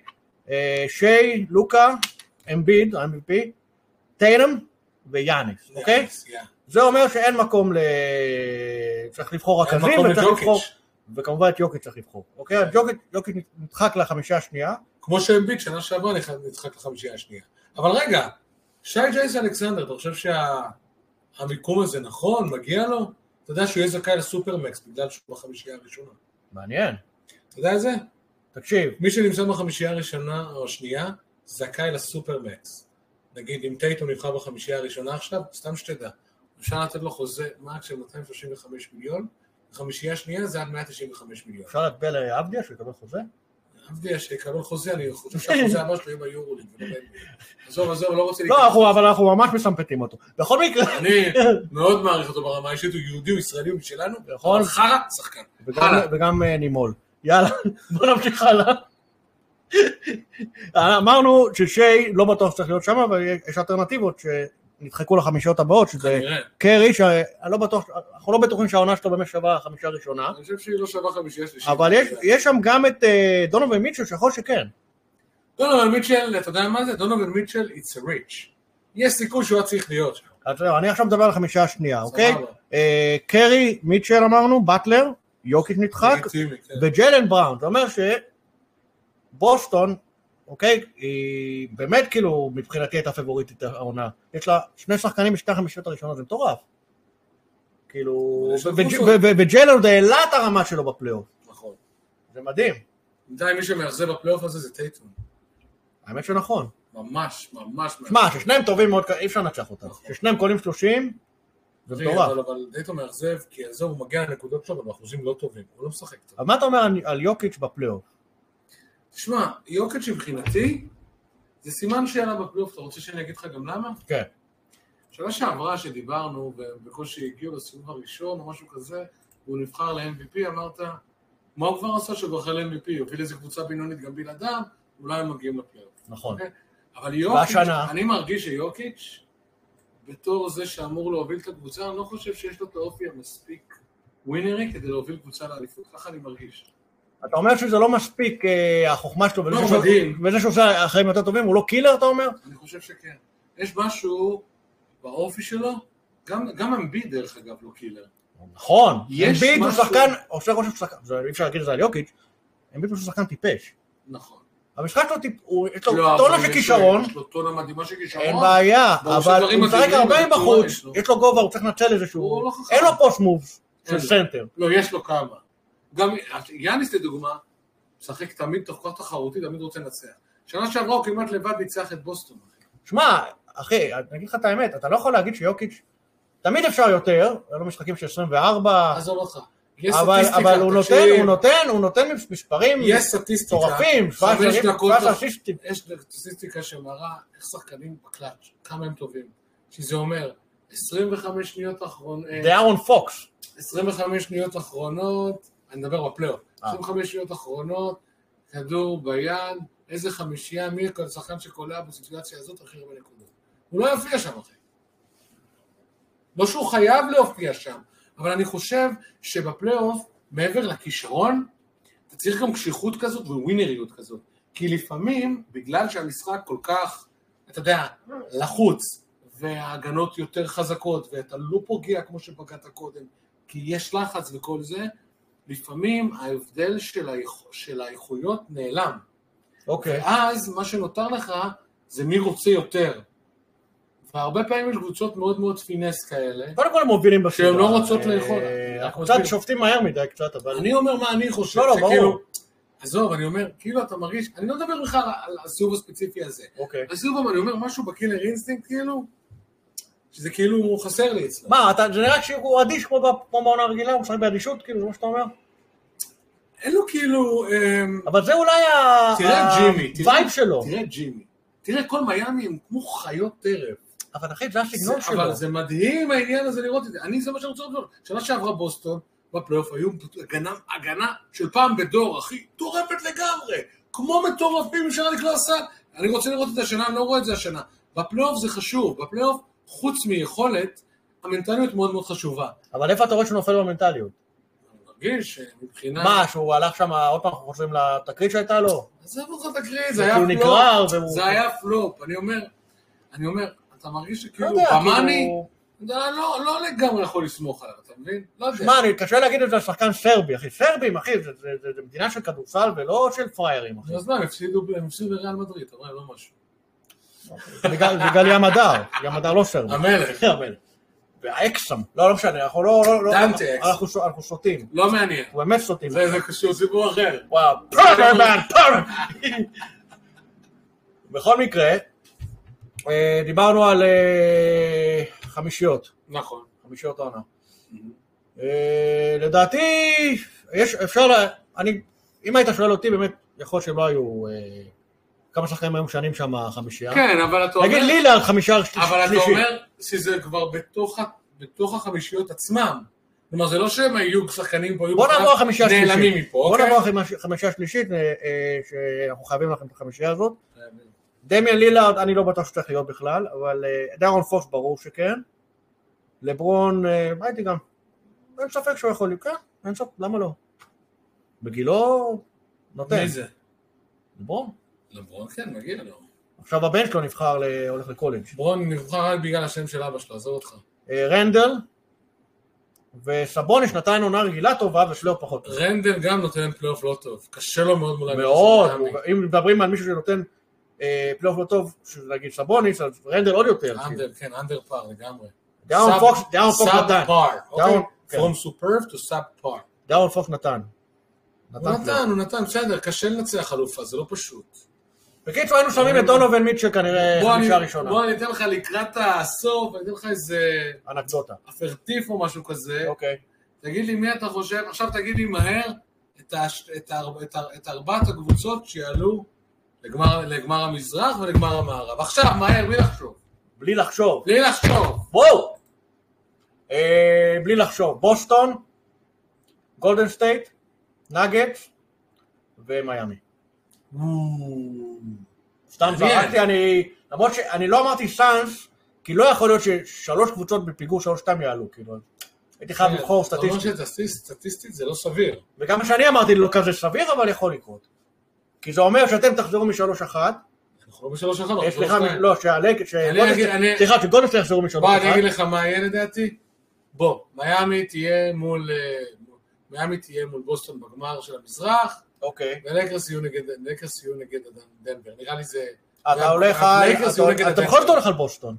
Speaker 3: אה, שיי, לוקה, אמביד, MVP, טיירם ויאניס, אוקיי?
Speaker 2: יאניס, יא.
Speaker 3: זה אומר שאין מקום ל... צריך לבחור
Speaker 2: אין
Speaker 3: רכזים
Speaker 2: מקום
Speaker 3: וצריך
Speaker 2: לג'וקיץ'.
Speaker 3: לבחור... וכמובן את יוקיץ' צריך לבחור, אוקיי? אז יוקיץ'- יוקיץ' נדחק לחמישה השנייה.
Speaker 2: כמו שאמביט שנה שעברה נח- נדחק לחמישייה השנייה. אבל רגע, שי ג'ייס אלכסנדר, אתה חושב שהמיקום הזה נכון? מגיע לו? אתה יודע שהוא יהיה זכאי לסופרמקס בגלל שהוא בחמישייה הראשונה.
Speaker 3: מעניין.
Speaker 2: אתה יודע את זה?
Speaker 3: תקשיב,
Speaker 2: מי שנמצא בחמישייה הראשונה או השנייה, זכאי לסופרמקס. נגיד, אם טייטום נבחר בחמישייה הראשונה עכשיו, סתם שתדע. אפשר לתת לו חוזה מאק של 235 מיליון, חמישייה שנייה זה עד 195 מיליון.
Speaker 3: אפשר להצביע לעבדיה שהוא יקבל חוזה?
Speaker 2: עבדיה שיקבל חוזה, אני חושב שהחוזה הבא שלו יהיה ביורוליג. ולא ב- עזוב, עזוב, לא רוצה
Speaker 3: לא, אנחנו- אבל אנחנו ממש מסמפטים אותו. בכל מקרה,
Speaker 2: אני מאוד מעריך אותו ברמה האישית, הוא יהודי, הוא ישראלי, הוא משלנו,
Speaker 3: נכון.
Speaker 2: אבל חרא, שחקן.
Speaker 3: וגם-
Speaker 2: הלאה.
Speaker 3: וגם אה, נימול. יאללה, בוא נמשיך הלאה. אה, אמרנו ששיי לא בטוח שצריך להיות שם, אבל יש אלטרנטיבות שנדחקו לחמישיות הבאות, שזה
Speaker 2: כנראה.
Speaker 3: קרי, שאני לא בטוח, אנחנו לא בטוחים שהעונה שלו באמת שווה החמישה הראשונה,
Speaker 2: אני חושב שהיא לא שווה חמישייה שלישית.
Speaker 3: אבל יש- יש שם גם את אה, דונובין מיטשל, שיכול שכן.
Speaker 2: דונובל לא, מיטשל, אתה יודע מה זה? דונובל מיטשל, it's a rich. יש סיכוי שהוא היה צריך להיות שם.
Speaker 3: אז זהו, אני עכשיו מדבר על החמישה השנייה, אוקיי?
Speaker 2: סבבה.
Speaker 3: אה, קרי, מיטשל אמרנו, באטלר, יוקיץ' נדחק,
Speaker 2: לגיטימי, כן.
Speaker 3: וג'לן בראון, זה אומר שבוסטון, אוקיי, היא באמת כאילו מבחינתי הייתה פבוריטית העונה. יש לה שני שחקנים בשתי החמישיות הראשונות, זה מטורף. כאילו,
Speaker 2: אבל יש לה
Speaker 3: וג'-
Speaker 2: קבוצות.
Speaker 3: ו- ו- וג'לן עוד העלה את הרמה שלו בפלייאוף,
Speaker 2: נכון.
Speaker 3: זה מדהים.
Speaker 2: בינתיים מי שמאכזב בפלייאוף הזה זה טייטון.
Speaker 3: האמת שנכון.
Speaker 2: ממש, ממש.
Speaker 3: שמע, ששניהם טובים מאוד, אי אפשר לנצח אותם.
Speaker 2: נכון.
Speaker 3: ששניהם קולים 30, זה
Speaker 2: אחי,
Speaker 3: מטורף.
Speaker 2: אבל- אבל טייטון מאכזב, כי עזוב, הוא מגיע לנקודות שלו, אבל באחוזים לא טובים. הוא לא משחק טוב.
Speaker 3: אבל מה אתה אומר על- על יוקיץ' בפלייאוף?
Speaker 2: תשמע, יוקד שמבחינתי, זה סימן שאלה בפלייאוף, אתה רוצה שאני אגיד לך גם למה?
Speaker 3: כן.
Speaker 2: שנה שעברה שדיברנו, ובקושי הגיעו לסיבוב הראשון או משהו כזה, והוא נבחר ל-MVP, אמרת, מה הוא כבר עשה שהוא זוכה ל-MVP? הוא הביא לאיזה קבוצה בינונית גם בלעדיו, אולי הם מגיעים לפלייאוף.
Speaker 3: נכון.
Speaker 2: אבל יוקיץ',
Speaker 3: והשנה?
Speaker 2: אני מרגיש שיוקיץ', בתור זה שאמור להוביל את הקבוצה, אני לא חושב שיש לו את האופי המספיק ווינרי כדי להוביל קבוצה לאליפות, ככה אני מרגיש.
Speaker 3: אתה אומר שזה לא מספיק אה, החוכמה שלו, וזה
Speaker 2: לא,
Speaker 3: שהוא-
Speaker 2: מדהים.
Speaker 3: וזה שהוא עושה אחרים יותר טובים, הוא לא קילר אתה אומר?
Speaker 2: אני חושב שכן. יש משהו באופי שלו, גם, גם אמביד דרך אגב לא קילר.
Speaker 3: נכון,
Speaker 2: יש
Speaker 3: אמביט הוא
Speaker 2: משהו-
Speaker 3: שחקן, עושה רושם שחקן, זה אי אפשר להגיד את זה על יוקיץ', אמביט הוא שחקן טיפש.
Speaker 2: נכון.
Speaker 3: המשחק שלו טיפ... הוא- יש לו
Speaker 2: לא,
Speaker 3: טונה
Speaker 2: אבל
Speaker 3: של
Speaker 2: יש-
Speaker 3: כישרון,
Speaker 2: יש לו טונה מדהימה של כישרון.
Speaker 3: אין בעיה,
Speaker 2: ברור
Speaker 3: אבל
Speaker 2: שדברים
Speaker 3: הוא משחק
Speaker 2: מדהימים,
Speaker 3: הרבה
Speaker 2: אבל
Speaker 3: מבחוץ,
Speaker 2: יש לו.
Speaker 3: יש לו גובה, הוא צריך לנצל איזה
Speaker 2: הוא
Speaker 3: שהוא...
Speaker 2: לא חכם.
Speaker 3: אין לו פוסט מוב
Speaker 2: אין
Speaker 3: של
Speaker 2: לו.
Speaker 3: סנטר.
Speaker 2: לא, יש לו כמה. גם יאניס לדוגמה, משחק תמיד תוך כך תחרותי, תמיד רוצה לנצח. שנה שעברה הוא כמעט לבד ניצח את בוסטון. אחי.
Speaker 3: שמע, אחי, אני אגיד לך את האמת, אתה לא יכול להגיד שיוקיץ', תמיד אפשר יותר, היו לו משחקים של 24,
Speaker 2: עזוב אותך. יש
Speaker 3: אה. אבל,
Speaker 2: סטטיסטיקה,
Speaker 3: אבל הוא
Speaker 2: תקשיב.
Speaker 3: נותן, הוא נותן, הוא נותן מספרים
Speaker 2: יש סטטיסטיקה.
Speaker 3: מטורפים,
Speaker 2: חמש
Speaker 3: 17
Speaker 2: דקות
Speaker 3: 17
Speaker 2: תח-
Speaker 3: אסיסטים.
Speaker 2: יש סטטיסטיקה שמראה איך שחקנים בקלאץ', כמה הם טובים. שזה אומר, 25 שניות אחרונות,
Speaker 3: זה אהרון פוקס.
Speaker 2: 25 שניות אחרונות, אני מדבר בפלייאוף,
Speaker 3: אה.
Speaker 2: 25 שניות אחרונות, כדור ביד, איזה חמישייה, מי כל שחקן שקולע בסיטואציה הזאת הכי הרבה נקודות. הוא לא יופיע שם אחי. לא שהוא חייב להופיע שם, אבל אני חושב שבפלייאוף, מעבר לכישרון, אתה צריך גם קשיחות כזאת וווינריות כזאת. כי לפעמים, בגלל שהמשחק כל כך, אתה יודע, לחוץ, וההגנות יותר חזקות, ואתה לא פוגע כמו שפגעת קודם, כי יש לחץ וכל זה, לפעמים ההבדל של, האיכ... של האיכויות נעלם.
Speaker 3: אוקיי.
Speaker 2: ואז מה שנותר לך זה מי רוצה יותר. והרבה פעמים יש קבוצות מאוד מאוד פינס כאלה.
Speaker 3: קודם כל הם מובילים בסדרה.
Speaker 2: שהן לא רוצות לאכול.
Speaker 3: אה,
Speaker 2: אנחנו
Speaker 3: קצת
Speaker 2: מסבירים.
Speaker 3: שופטים מהר מדי קצת, אבל...
Speaker 2: אני אומר מה אני חושב,
Speaker 3: לא, לא, ברור.
Speaker 2: שכאילו, עזוב, אני אומר, כאילו אתה מרגיש, אני לא מדבר בכלל על הסיבוב הספציפי הזה.
Speaker 3: אוקיי.
Speaker 2: הסיבוב, אני אומר משהו בקילר אינסטינקט, כאילו, שזה כאילו חסר לי אצלו.
Speaker 3: מה, אתה- זה נראה שהוא אדיש כמו ב- כמו בעונה הרגילה, הוא משחק באדישות, כאילו, זה מה שאתה אומר?
Speaker 2: אין לו כאילו... אמ,
Speaker 3: אבל זה אולי ה...
Speaker 2: תראה את ג'ימי, תראה-
Speaker 3: הווייב שלו.
Speaker 2: תראה את ג'ימי. תראה, כל מיאמי הם כמו חיות טרף.
Speaker 3: אבל אחי, זה הסגנון
Speaker 2: זה-
Speaker 3: שלו.
Speaker 2: אבל זה מדהים העניין הזה לראות את זה. אני, זה מה שאני רוצה לראות. שנה שעברה בוסטון, בפלייאוף היו הגנה, הגנה של פעם בדור, אחי, מטורפת לגמרי. כמו מטורפים אפשר לקרוא סל. אני רוצה לראות את זה השנה, אני לא רואה את זה השנה. בפלייאוף זה חשוב. בפלייאוף, חוץ מיכולת, המנטליות מאוד מאוד חשובה.
Speaker 3: אבל איפה אתה רואה שהוא נופל במנטליות?
Speaker 2: אני מרגיש שמבחינה...
Speaker 3: מה, שהוא הלך שם, עוד פעם אנחנו חוזרים לתקרית שהייתה לו?
Speaker 2: עזוב אותך תקריא, זה היה
Speaker 3: הוא
Speaker 2: פלופ.
Speaker 3: כאילו נגרר והוא-
Speaker 2: זה היה פלופ. אני אומר, אני אומר, אתה מרגיש
Speaker 3: לא
Speaker 2: שכאילו,
Speaker 3: יודע,
Speaker 2: במאני,
Speaker 3: כאילו...
Speaker 2: אתה לא לא לגמרי יכול לסמוך עליו, אתה מבין? לא יודע.
Speaker 3: שמע, אני קשה להגיד את זה על שחקן סרבי, אחי. סרבים, אחי, זה- זה- זה זה מדינה של כדורסל ולא של פריירים, אחי.
Speaker 2: אז מה, הם הפסידו הם הפסידו לריאל מדריד, אתה רואה, לא משהו.
Speaker 3: בגלל בגלל ים הדר, ים הדר לא סרבי.
Speaker 2: המלך.
Speaker 3: הכי הרבה. והאקסם. לא, לא משנה, אנחנו לא... לא- לא-
Speaker 2: דנטה
Speaker 3: אנחנו- אנחנו ש- אנחנו סוטים.
Speaker 2: לא מעניין.
Speaker 3: אנחנו באמת סוטים.
Speaker 2: זה זה קשור סיפור אחר.
Speaker 3: וואו, פרמרמן, פרמרמן. בכל מקרה, אה, דיברנו על אה, חמישיות,
Speaker 2: נכון.
Speaker 3: חמישיות העונה.
Speaker 2: Mm-hmm.
Speaker 3: אה, לדעתי, יש, אפשר, לה, אני, אם היית שואל אותי, באמת, יכול להיות שלא היו, אה, כמה שחקנים היו משנים שם חמישייה.
Speaker 2: כן, אבל אתה אומר...
Speaker 3: נגיד לילארד חמישה שלישי.
Speaker 2: אבל אתה אומר שזה כבר בתוך, ה- בתוך החמישיות עצמם. כלומר, זה לא שהם היו שחקנים פה, היו
Speaker 3: בוא
Speaker 2: בכלל
Speaker 3: נעבור לחמישה השלישית.
Speaker 2: נעלמים מפה,
Speaker 3: בוא
Speaker 2: אוקיי?
Speaker 3: נעבור לחמיש- חמישה השלישית, אה, אה, שאנחנו חייבים לכם את החמישייה הזאת. דמיאן לילארד, אני לא בטוח שצריך להיות בכלל, אבל אה, דארון פוקס ברור שכן. לברון, אה, הייתי גם, אין ספק שהוא יכול להיות, כן, אין ספק, למה לא? בגילו נותן.
Speaker 2: מי זה?
Speaker 3: לברון.
Speaker 2: לברון כן, מגיע לו.
Speaker 3: עכשיו הבן שלו נבחר, ל- הולך לקולג'.
Speaker 2: לברון נבחר רק בגלל השם של אבא שלו, עזוב אותך.
Speaker 3: אה, רנדל וסבוני שנתיים עונה רגילה טובה ושלו פחות.
Speaker 2: רנדל גם נותן פלייאוף לא טוב, קשה לו מאוד מול
Speaker 3: מאוד,
Speaker 2: של מיאמי.
Speaker 3: הוא- אם מדברים על מישהו שנותן אה, פלייאוף לא טוב, שזה נגיד סבוניס, אז רנדל עוד יותר. כאילו.
Speaker 2: אנדר, כן, אנדר פאר לגמרי.
Speaker 3: דאון
Speaker 2: סאב-
Speaker 3: פוקס- דאון פוקס
Speaker 2: סאב
Speaker 3: נתן.
Speaker 2: פאר, אוקיי?
Speaker 3: דאון- כן.
Speaker 2: From superb to sub par.
Speaker 3: דאון פוקס נתן.
Speaker 2: הוא
Speaker 3: פלייאוף.
Speaker 2: נתן, הוא נתן, בסדר, קשה לנצח אלופה, זה לא פשוט.
Speaker 3: בקיצור, היינו שמים את דונובין מיטשל כנראה
Speaker 2: בוא, אני-
Speaker 3: כן, חמישה ראשונה.
Speaker 2: בוא, אני אתן לך לקראת הסוף, אני אתן לך איזה
Speaker 3: אנקדוטה.
Speaker 2: אפרטיף או משהו כזה.
Speaker 3: אוקיי.
Speaker 2: תגיד לי מי אתה חושב, עכשיו תגיד לי מהר את, הש, את, האר, את, האר, את ארבעת הקבוצות שיעלו לגמר, לגמר המזרח ולגמר המערב. עכשיו, מהר, בלי לחשוב.
Speaker 3: בלי לחשוב.
Speaker 2: בלי לחשוב.
Speaker 3: בואו! אה, בלי לחשוב. בוסטון, גולדן סטייט, נאגט ומיאמי. סתם
Speaker 2: מעניין.
Speaker 3: זרקתי, אני... למרות שאני לא אמרתי סאנס, כי לא יכול להיות ששלוש קבוצות בפיגור שלוש שתיים יעלו, כאילו.
Speaker 2: כן,
Speaker 3: הייתי חייב לבחור
Speaker 2: למרות
Speaker 3: סטטיסטית.
Speaker 2: שסטטיסטית זה לא סביר.
Speaker 3: וגם מה שאני אמרתי לא כזה סביר, אבל יכול לקרות. כי זה אומר שאתם תחזרו משלוש אחת,
Speaker 2: אנחנו לא בשלוש אחת,
Speaker 3: אה,
Speaker 2: אנחנו
Speaker 3: סליחה,
Speaker 2: בשתיים.
Speaker 3: לא, שהלג... ש-
Speaker 2: אני
Speaker 3: גולדן
Speaker 2: אגיד-
Speaker 3: סטייט-
Speaker 2: אני-
Speaker 3: סליחה, שגולדן סטייט יחזרו משלוש
Speaker 2: בוא,
Speaker 3: אחת.
Speaker 2: אני אגיד לך מה יהיה לדעתי. בוא, מיאמי תהיה מול... אה, מיאמי תהיה מול בוסטון בגמר של המזרח,
Speaker 3: אוקיי.
Speaker 2: ולקרס יהיו נגד, לקרס יהיו נגד דנבר. נראה לי זה...
Speaker 3: אתה הולך על...
Speaker 2: הלייקרס יהיו נגד
Speaker 3: אתה- אתה
Speaker 2: הדנבר.
Speaker 3: בכל זאת הולך על בוסטון.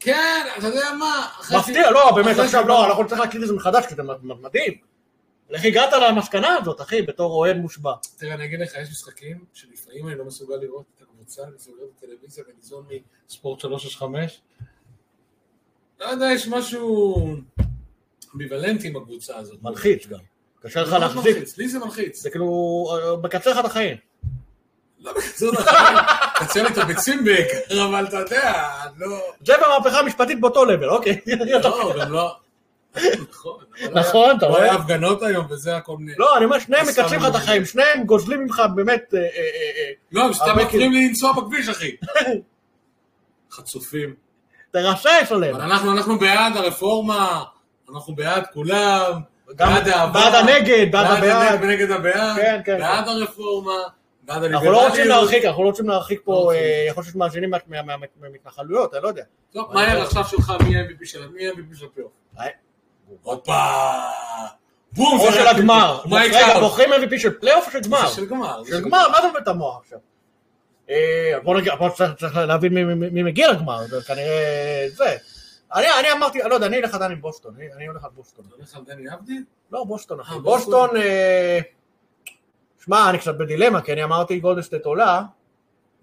Speaker 2: כן, אתה יודע מה? אחרי
Speaker 3: מפתיע,
Speaker 2: ש-
Speaker 3: לא, באמת,
Speaker 2: אחרי
Speaker 3: עכשיו
Speaker 2: ש-
Speaker 3: לא, אנחנו נצטרך להכיר את זה מחדש, כי זה מדהים. איך הגעת למסקנה הזאת, אחי, בתור אוהד מושבע?
Speaker 2: תראה, אני אגיד לך, יש משחקים שלפעמים אני לא מסוגל לראות את הקבוצה, אני סוגר את הטלוויזיה וניזון מספורט 365. לא יודע, יש משהו אמביוולנטי עם הקבוצה הזאת.
Speaker 3: מלחיץ גם. קשה לך
Speaker 2: מאוד
Speaker 3: להחזיק.
Speaker 2: מלחיץ, לי זה מלחיץ.
Speaker 3: זה כאילו, אה, מקצר לך את החיים.
Speaker 2: לא בקיצור, אתה קצר לי את הביצים בעיקר, אבל אתה יודע, לא...
Speaker 3: זה במהפכה המשפטית באותו לבל, אוקיי.
Speaker 2: לא, גם לא... נכון. אבל
Speaker 3: נכון, אתה
Speaker 2: לא היה
Speaker 3: רואה?
Speaker 2: הפגנות היום וזה הכל מיני...
Speaker 3: לא, אני אומר, שניהם
Speaker 2: זה
Speaker 3: מקצרים לך
Speaker 2: סתם
Speaker 3: את החיים, שניהם גוזלים ממך באמת... אה, אה, אה, אה.
Speaker 2: לא, הם סתם
Speaker 3: הרבה
Speaker 2: מפריעים לי לנסוע בכביש, אחי. חצופים.
Speaker 3: תרסס עליהם.
Speaker 2: אבל אנחנו, אנחנו בעד הרפורמה, אנחנו בעד כולם,
Speaker 3: גם
Speaker 2: בעד העבר,
Speaker 3: בעד הנגד, בעד הבעד.
Speaker 2: הנגד ונגד הבעד,
Speaker 3: כן, כן,
Speaker 2: בעד הרפורמה, בעד
Speaker 3: אנחנו לא רוצים
Speaker 2: הליברליות.
Speaker 3: להרחיק, אנחנו לא רוצים להרחיק
Speaker 2: לא
Speaker 3: פה,
Speaker 2: רוצים.
Speaker 3: אה, יכול להיות שיש מאזינים מה- מה- מה- מהמתנחלויות, אני לא יודע.
Speaker 2: טוב, מה יהיה עכשיו שלך, מי ה-MVP של מי ה-MVP של הפלייאוף?
Speaker 3: אה,
Speaker 2: הופה! בום!
Speaker 3: או
Speaker 2: זה
Speaker 3: של
Speaker 2: היה-
Speaker 3: הגמר.
Speaker 2: מייק
Speaker 3: רגע,
Speaker 2: האוס.
Speaker 3: בוחרים MVP של פלייאוף או של גמר?
Speaker 2: זה של גמר. זה
Speaker 3: של גמר, מה זה מבית המוח עכשיו? אה, בוא נגיד, בוא צריך צריך להבין מי- מי- מי מגיע לגמר, זה כנראה זה. אני אני אמרתי, לא יודע, אני אלך עדיין עם בוסטון, אני- אני הולך על בוסטון.
Speaker 2: אתה הולך על דני עבדי?
Speaker 3: לא, בוסטון, אחי.
Speaker 2: אה, בוסטון.
Speaker 3: בוסטון, אה, שמע, אני קצת בדילמה, כי אני אמרתי גולדסטייט עולה,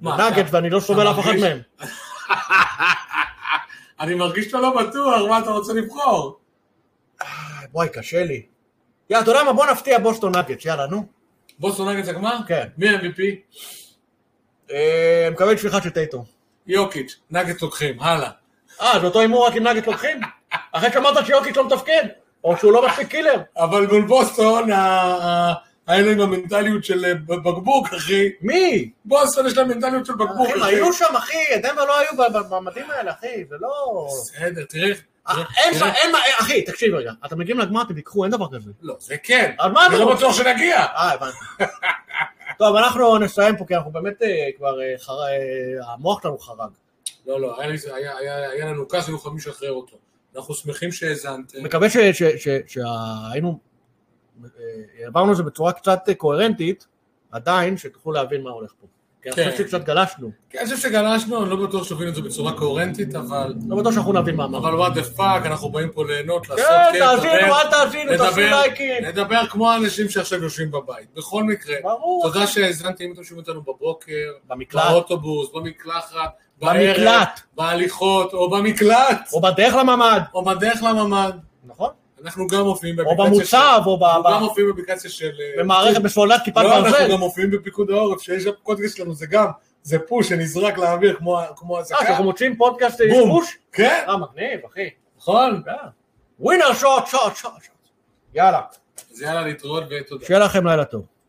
Speaker 2: מה,
Speaker 3: נאגט,
Speaker 2: אתה-
Speaker 3: ואני לא סובל
Speaker 2: אתה
Speaker 3: אף אחד
Speaker 2: מרגיש-
Speaker 3: מהם.
Speaker 2: אני מרגיש שאתה לא בטוח, מה אתה רוצה לבחור?
Speaker 3: אה, וואי, קשה לי. יאללה, אתה יודע מה, בוא נפתיע בוסטון נאגט, יאללה, נו.
Speaker 2: בוסטון נגד זה גמר?
Speaker 3: כן.
Speaker 2: מי ה-MVP?
Speaker 3: אה, מקבל שפיכה של טייטום.
Speaker 2: יוקיץ', נגד לוקחים, הלאה.
Speaker 3: אה, זה אותו הימור רק אם נאגט לוקחים? אחרי שאמרת שיוקיץ' לא מתפקד, או שהוא לא מספיק קילר.
Speaker 2: אבל מול בוסטון, ה- ה- היה להם המנטליות של אה, בקבוק, אחי.
Speaker 3: מי?
Speaker 2: בוסטון יש להם מנטליות של בקבוק,
Speaker 3: אחי, הם
Speaker 2: אחי.
Speaker 3: היו שם, אחי, דנבר לא היו ב- ב- במדים האלה, אחי, זה לא...
Speaker 2: בסדר, תראה.
Speaker 3: אה,
Speaker 2: תראה,
Speaker 3: אין שם,
Speaker 2: תראה.
Speaker 3: אין מה, אחי, תקשיב רגע, אתם מגיעים לגמר, אתם תיקחו, אין דבר כזה.
Speaker 2: לא, זה כן.
Speaker 3: על מה
Speaker 2: אני
Speaker 3: אתה
Speaker 2: לא
Speaker 3: רוצה?
Speaker 2: בטוח שנגיע.
Speaker 3: אה, הבנתי. טוב, אנחנו נסיים פה, כי אנחנו באמת אה, כבר, אה, חר- אה, המוח שלנו חרג.
Speaker 2: לא, לא, היה לי- היה- היה היה לנו כעס, היו חייבים לשחרר אותו. אנחנו שמחים שהאזנתם.
Speaker 3: מקווה ש- ש- ש- שהיינו, אה, העברנו את זה בצורה קצת אה, קוהרנטית, עדיין, שתוכלו להבין מה הולך פה. כי אני
Speaker 2: כן.
Speaker 3: חושב שקצת גלשנו,
Speaker 2: כן, אני חושב שגלשנו, אני לא בטוח שהובילו את זה בצורה קוהרנטית, אבל...
Speaker 3: לא בטוח שאנחנו נבין מה אמרנו.
Speaker 2: אבל וואט דה פאק, אנחנו באים פה ליהנות, לעשות
Speaker 3: כן,
Speaker 2: כיף, לדבר,
Speaker 3: תאזינו, אל תאזינו, תעשו
Speaker 2: לדבר,
Speaker 3: לייקים.
Speaker 2: לדבר כמו האנשים שעכשיו יושבים בבית. בכל מקרה,
Speaker 3: ברור.
Speaker 2: תודה שהאזנתם, אם אתם שומעים אותנו בבוקר,
Speaker 3: במקלט.
Speaker 2: באוטובוס, במקלחת,
Speaker 3: במקלט.
Speaker 2: בערב, בהליכות, או במקלט,
Speaker 3: או בדרך לממ"ד.
Speaker 2: או בדרך לממ"ד.
Speaker 3: נכון.
Speaker 2: אנחנו גם מופיעים
Speaker 3: או
Speaker 2: באפליקציה
Speaker 3: במוצב, או ב-
Speaker 2: אנחנו
Speaker 3: ב-
Speaker 2: גם מופיעים באפליקציה של... אה,
Speaker 3: במערכת בסוללת כיפת
Speaker 2: לא, אנחנו
Speaker 3: ברזל.
Speaker 2: גם מופיעים בפיקוד העורף, שיש הפודקאסט שלנו, זה גם, זה פוש שנזרק לאוויר כמו ה- כמו
Speaker 3: אה,
Speaker 2: הזקן.
Speaker 3: כשאנחנו מוצאים פודקאסט
Speaker 2: בום.
Speaker 3: איפוש?
Speaker 2: כן,
Speaker 3: אה, מגניב, אחי.
Speaker 2: נכון.
Speaker 3: אה? ווינר שוט, שוט, שוט. שוט. יאללה,
Speaker 2: אז יאללה, להתראות ותודה.
Speaker 3: שיהיה לכם לילה טוב.